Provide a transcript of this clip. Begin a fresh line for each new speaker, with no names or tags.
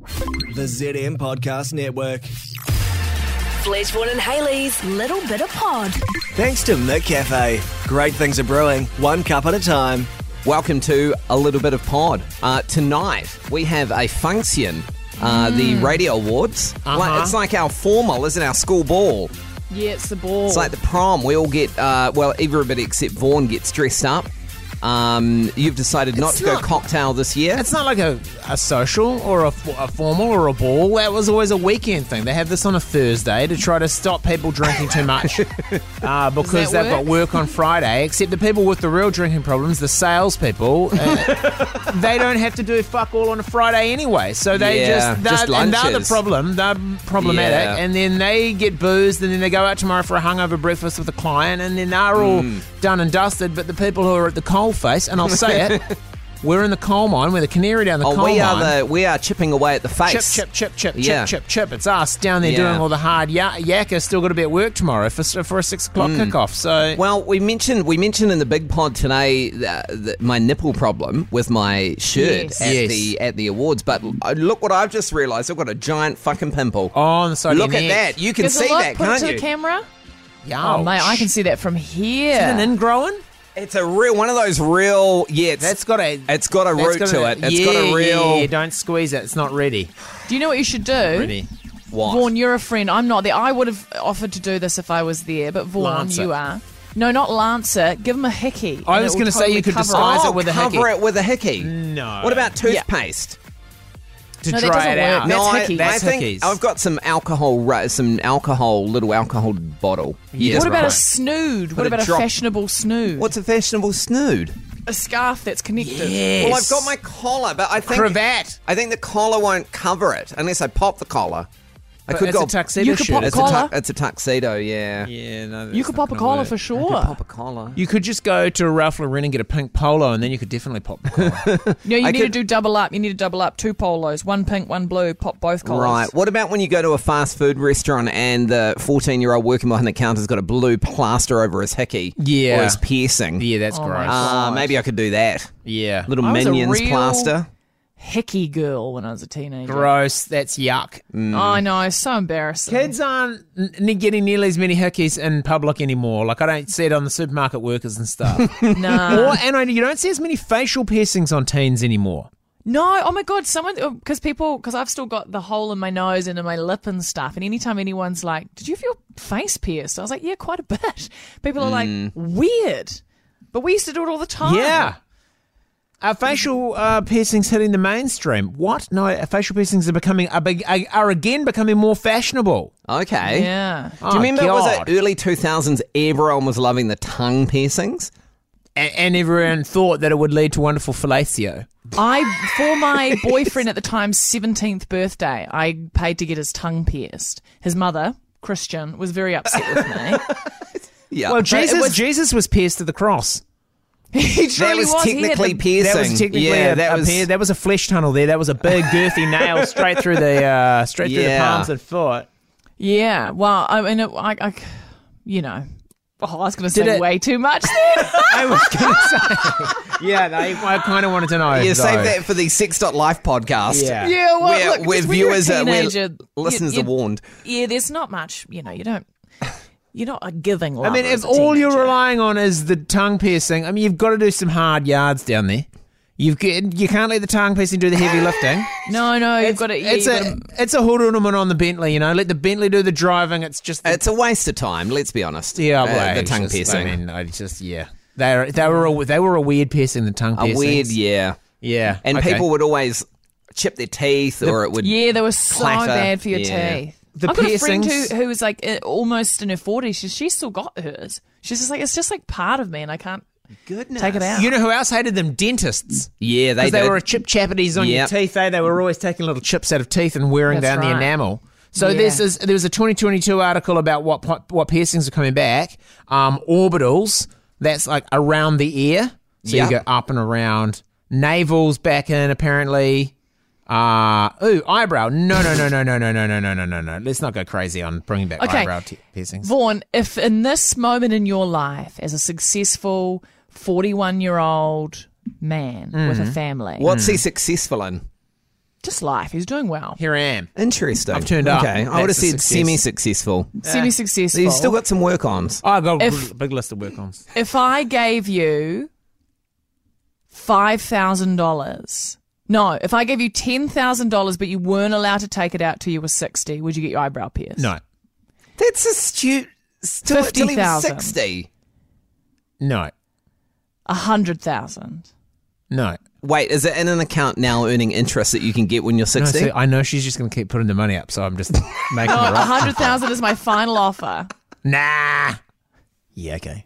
The ZM Podcast Network.
Fledgebourne and Haley's Little Bit of Pod.
Thanks to McCafe. Great things are brewing, one cup at a time.
Welcome to a little bit of pod. Uh, tonight we have a function, uh,
Mm.
the radio awards.
Uh-huh.
Like, it's like our formal, isn't it? Our school ball.
Yeah, it's the ball.
It's like the prom. We all get uh, well, everybody except Vaughan gets dressed up. Um, you've decided not
It's
to go
not-
cocktail this year.
It's not like a, a social or a, f- a formal or a ball. That was always a weekend thing. They have this on a Thursday to try to stop people drinking too much uh, because
that
they've got
work?
work on Friday. Except the people with the real drinking problems, the salespeople, uh, they don't have to do fuck all on a Friday anyway. So they
Yeah,
just, they're,
just
and they're the
lunches.
problem. They're problematic.
Yeah.
And then they get boozed and then they go out tomorrow for a hungover breakfast with a client and then they're all
Mm.
done and dusted. But the people who are at the coal face, and I'll say it, we're in the coal mine. We're the canary down the
oh,
coal
we
mine.
are the we are chipping away at the
chip,
face.
chip, chip, chip,
Yeah.
chip, chip, chip. It's us down there
Yeah.
doing all the hard ya- yakka. Still got to be at work tomorrow for, for a six o'clock
Mm.
kickoff. So
Well, we mentioned we mentioned in the big pod today uh, th my nipple problem with my shirt
Yes.
at
Yes.
the at the awards. But uh, look what I've just realised! I've got a giant fucking pimple.
Oh, on the side
look
of
at
your
that! You can
Does
see
it look?
that,
Put
can't
it to
you?
the camera.
Yeah.
Oh, mate, I can see that from here.
An ingrowing?
it's a real one of those real. Yeah, it's,
That's got a.
it's got a
that's
root
got
to it. It's
yeah,
got a real.
Yeah, yeah, don't squeeze it. It's not ready.
Do you know what you should do?
Ready.
What?
Vaughn, you're a friend. I'm not there. I would have offered to do this if I was there, but Vaughn,
Lance
you
it.
are. No, not Lancer. Give him a hickey.
I
and
was
it will
gonna say you could
cover
disguise
it.
oh,
it with a
cover
hickey.
it with a hickey.
No.
What about
Yeah.
toothpaste?
To
No, that
dry it
doesn't
out.
work. That's
no, I-
hickey.
I,
Uh, That's
think
hickeys.
I've got some alcohol, ru- some alcohol, little alcohol bottle. You
Yeah.
just
What about
put-
a snood?
Put
What
a
about a,
drop-
fashionable snood?
What's a fashionable snood?
a scarf that's connected?
Yes.
Well, I've got my collar, but I think
cravat.
I think the collar won't cover it unless I pop the collar. I
But
could
it's
go
a tuxedo
You could
shirt.
pop
It's
It's
a,
a-
collar.
tu- it's a tuxedo, yeah.
yeah, no,
You
that's
could
not
pop a
gonna
collar
work.
for
I
sure.
could pop a collar.
You could just go to Ralph Lauren and get a pink polo, and then you could definitely pop the collar.
No, you
I
need
could-
to do double up. You need to double up. Two polos, one pink, one blue. Pop both collars.
Right. What about when you go to a fast food restaurant and the 14 year old working behind the counter's got a blue plaster over his hickey?
Yeah.
Or his piercing?
yeah, Oh, that's
Oh my
gross.
God.
Uh, maybe I could do that.
yeah,
Little
I was a
minions
real-
plaster.
Hickey girl when I was a teenager.
gross. That's yuck.
Mm.
I know, so embarrassing.
Kids aren't n- getting nearly as many hickeys in public anymore. Like I don't see it on the supermarket workers and stuff.
Nah.
or and I, you don't see as many facial piercings on teens anymore.
no, oh my god, someone because people because I've still got the hole in my nose and in my lip and stuff. And anytime anyone's like, "Did you have your face pierced?" I was like, "Yeah, quite a bit." People are like, "Weird," but we used to do it all the time.
Mm. Yeah. Are facial uh, piercings hitting the mainstream? What? No, uh, facial piercings are becoming are, big, are- are again becoming more fashionable.
Okay.
yeah.
Do you
Oh,
remember was
God.
it early 2000s? Everyone was loving the tongue piercings.
and, and everyone thought that it would lead to wonderful fellatio.
I for my boyfriend at the time's seventeenth birthday, I paid to get his tongue pierced. His mother, Christian, was very upset with me.
Yeah.
Well,
it
Jesus,
was-
Jesus was pierced to the cross.
he
that
truly
was
He had the-
technically piercing.
That was technically
yeah,
a,
that
a
was
pair- that was a flesh tunnel there. That was a big girthy nail straight through the uh, straight through the
Yeah.
palms and foot.
Yeah. Well, I mean, it, I, I, you know, oh, I was going to
Did
say
it-
way too much. Then.
I was going to say, yeah, they, I kind of wanted to know.
Yeah,
though.
save that for the Sex Dot Life podcast.
Yeah.
yeah. Well,
where,
look,
where
just when
viewers
you're a
are, where
teenager, you-
listeners
you-
are warned.
Yeah. There's not much. You know, you don't. You're not a giving.
I
Lover
mean,
as
if
a
all you're
teenager.
relying on is the tongue piercing, I mean, you've got to do some hard yards down there. You've got, you can't let the tongue piercing do the heavy lifting.
No, no, you've got to. Yeah,
it's
you've
a
gotta-
it's a hood ornament on the Bentley, you know. Let the Bentley do the driving. It's just the
It's a waste of time. Let's be honest.
Yeah,
Uh,
well,
the
it's
tongue
just-
piercing.
I mean, I just yeah, they were, they were a, they were a weird piercing. The tongue
a
piercing,
weird, yeah,
yeah,
and
okay.
people would always chip their teeth, or it would.
yeah, they were so
clatter.
bad for your
Yeah.
teeth.
The
I've got a friend who
piercings-
who was like uh, almost in her forties. She's she's still got hers. She's just like it's just like part of me, and I can't
goodness.
take it out.
You know who else hated them? Dentists.
Yeah, they
Because they,
did.
were a chip chappities on
Yep.
your teeth. Eh? They were always taking little chips out of teeth and wearing
That's
down the
right.
enamel. So
Yeah.
this is there was a 2022 article about what pi- what piercings are coming back. Um, orbitals. That's like around the ear. So
Yep.
you go up and around. Navels back in apparently. Uh, ooh, eyebrow. No, no, no, no, no, no, no, no, no, no, no, no. Let's not go crazy on bringing back
Okay.
eyebrow t- piercings.
Vaughn, if in this moment in your life, as a successful 41 year old man with a family,
Mm.
Hmm.
What's he successful in?
just life. He's doing well.
Here I am.
Interesting.
I've turned
okay.
up.
Okay, I would have
That's a
said
success.
semi-successful.
Semi successful.
He's still got some work ons.
I Oh, got a
If-
big- big list of work ons.
if I gave you five thousand dollars, no, if I gave you ten thousand dollars, but you weren't allowed to take it out till you were sixty, would you get your eyebrow pierced?
No,
That's a stu. Still,
50,000.
Sixty.
no,
a hundred thousand.
no.
Wait, is it in an account now earning interest that you can get when you're
No,
sixty?
see, I know she's just going to keep putting the money up, so I'm just making her
A
up.
hundred thousand is my final offer.
Nah.
Yeah, okay.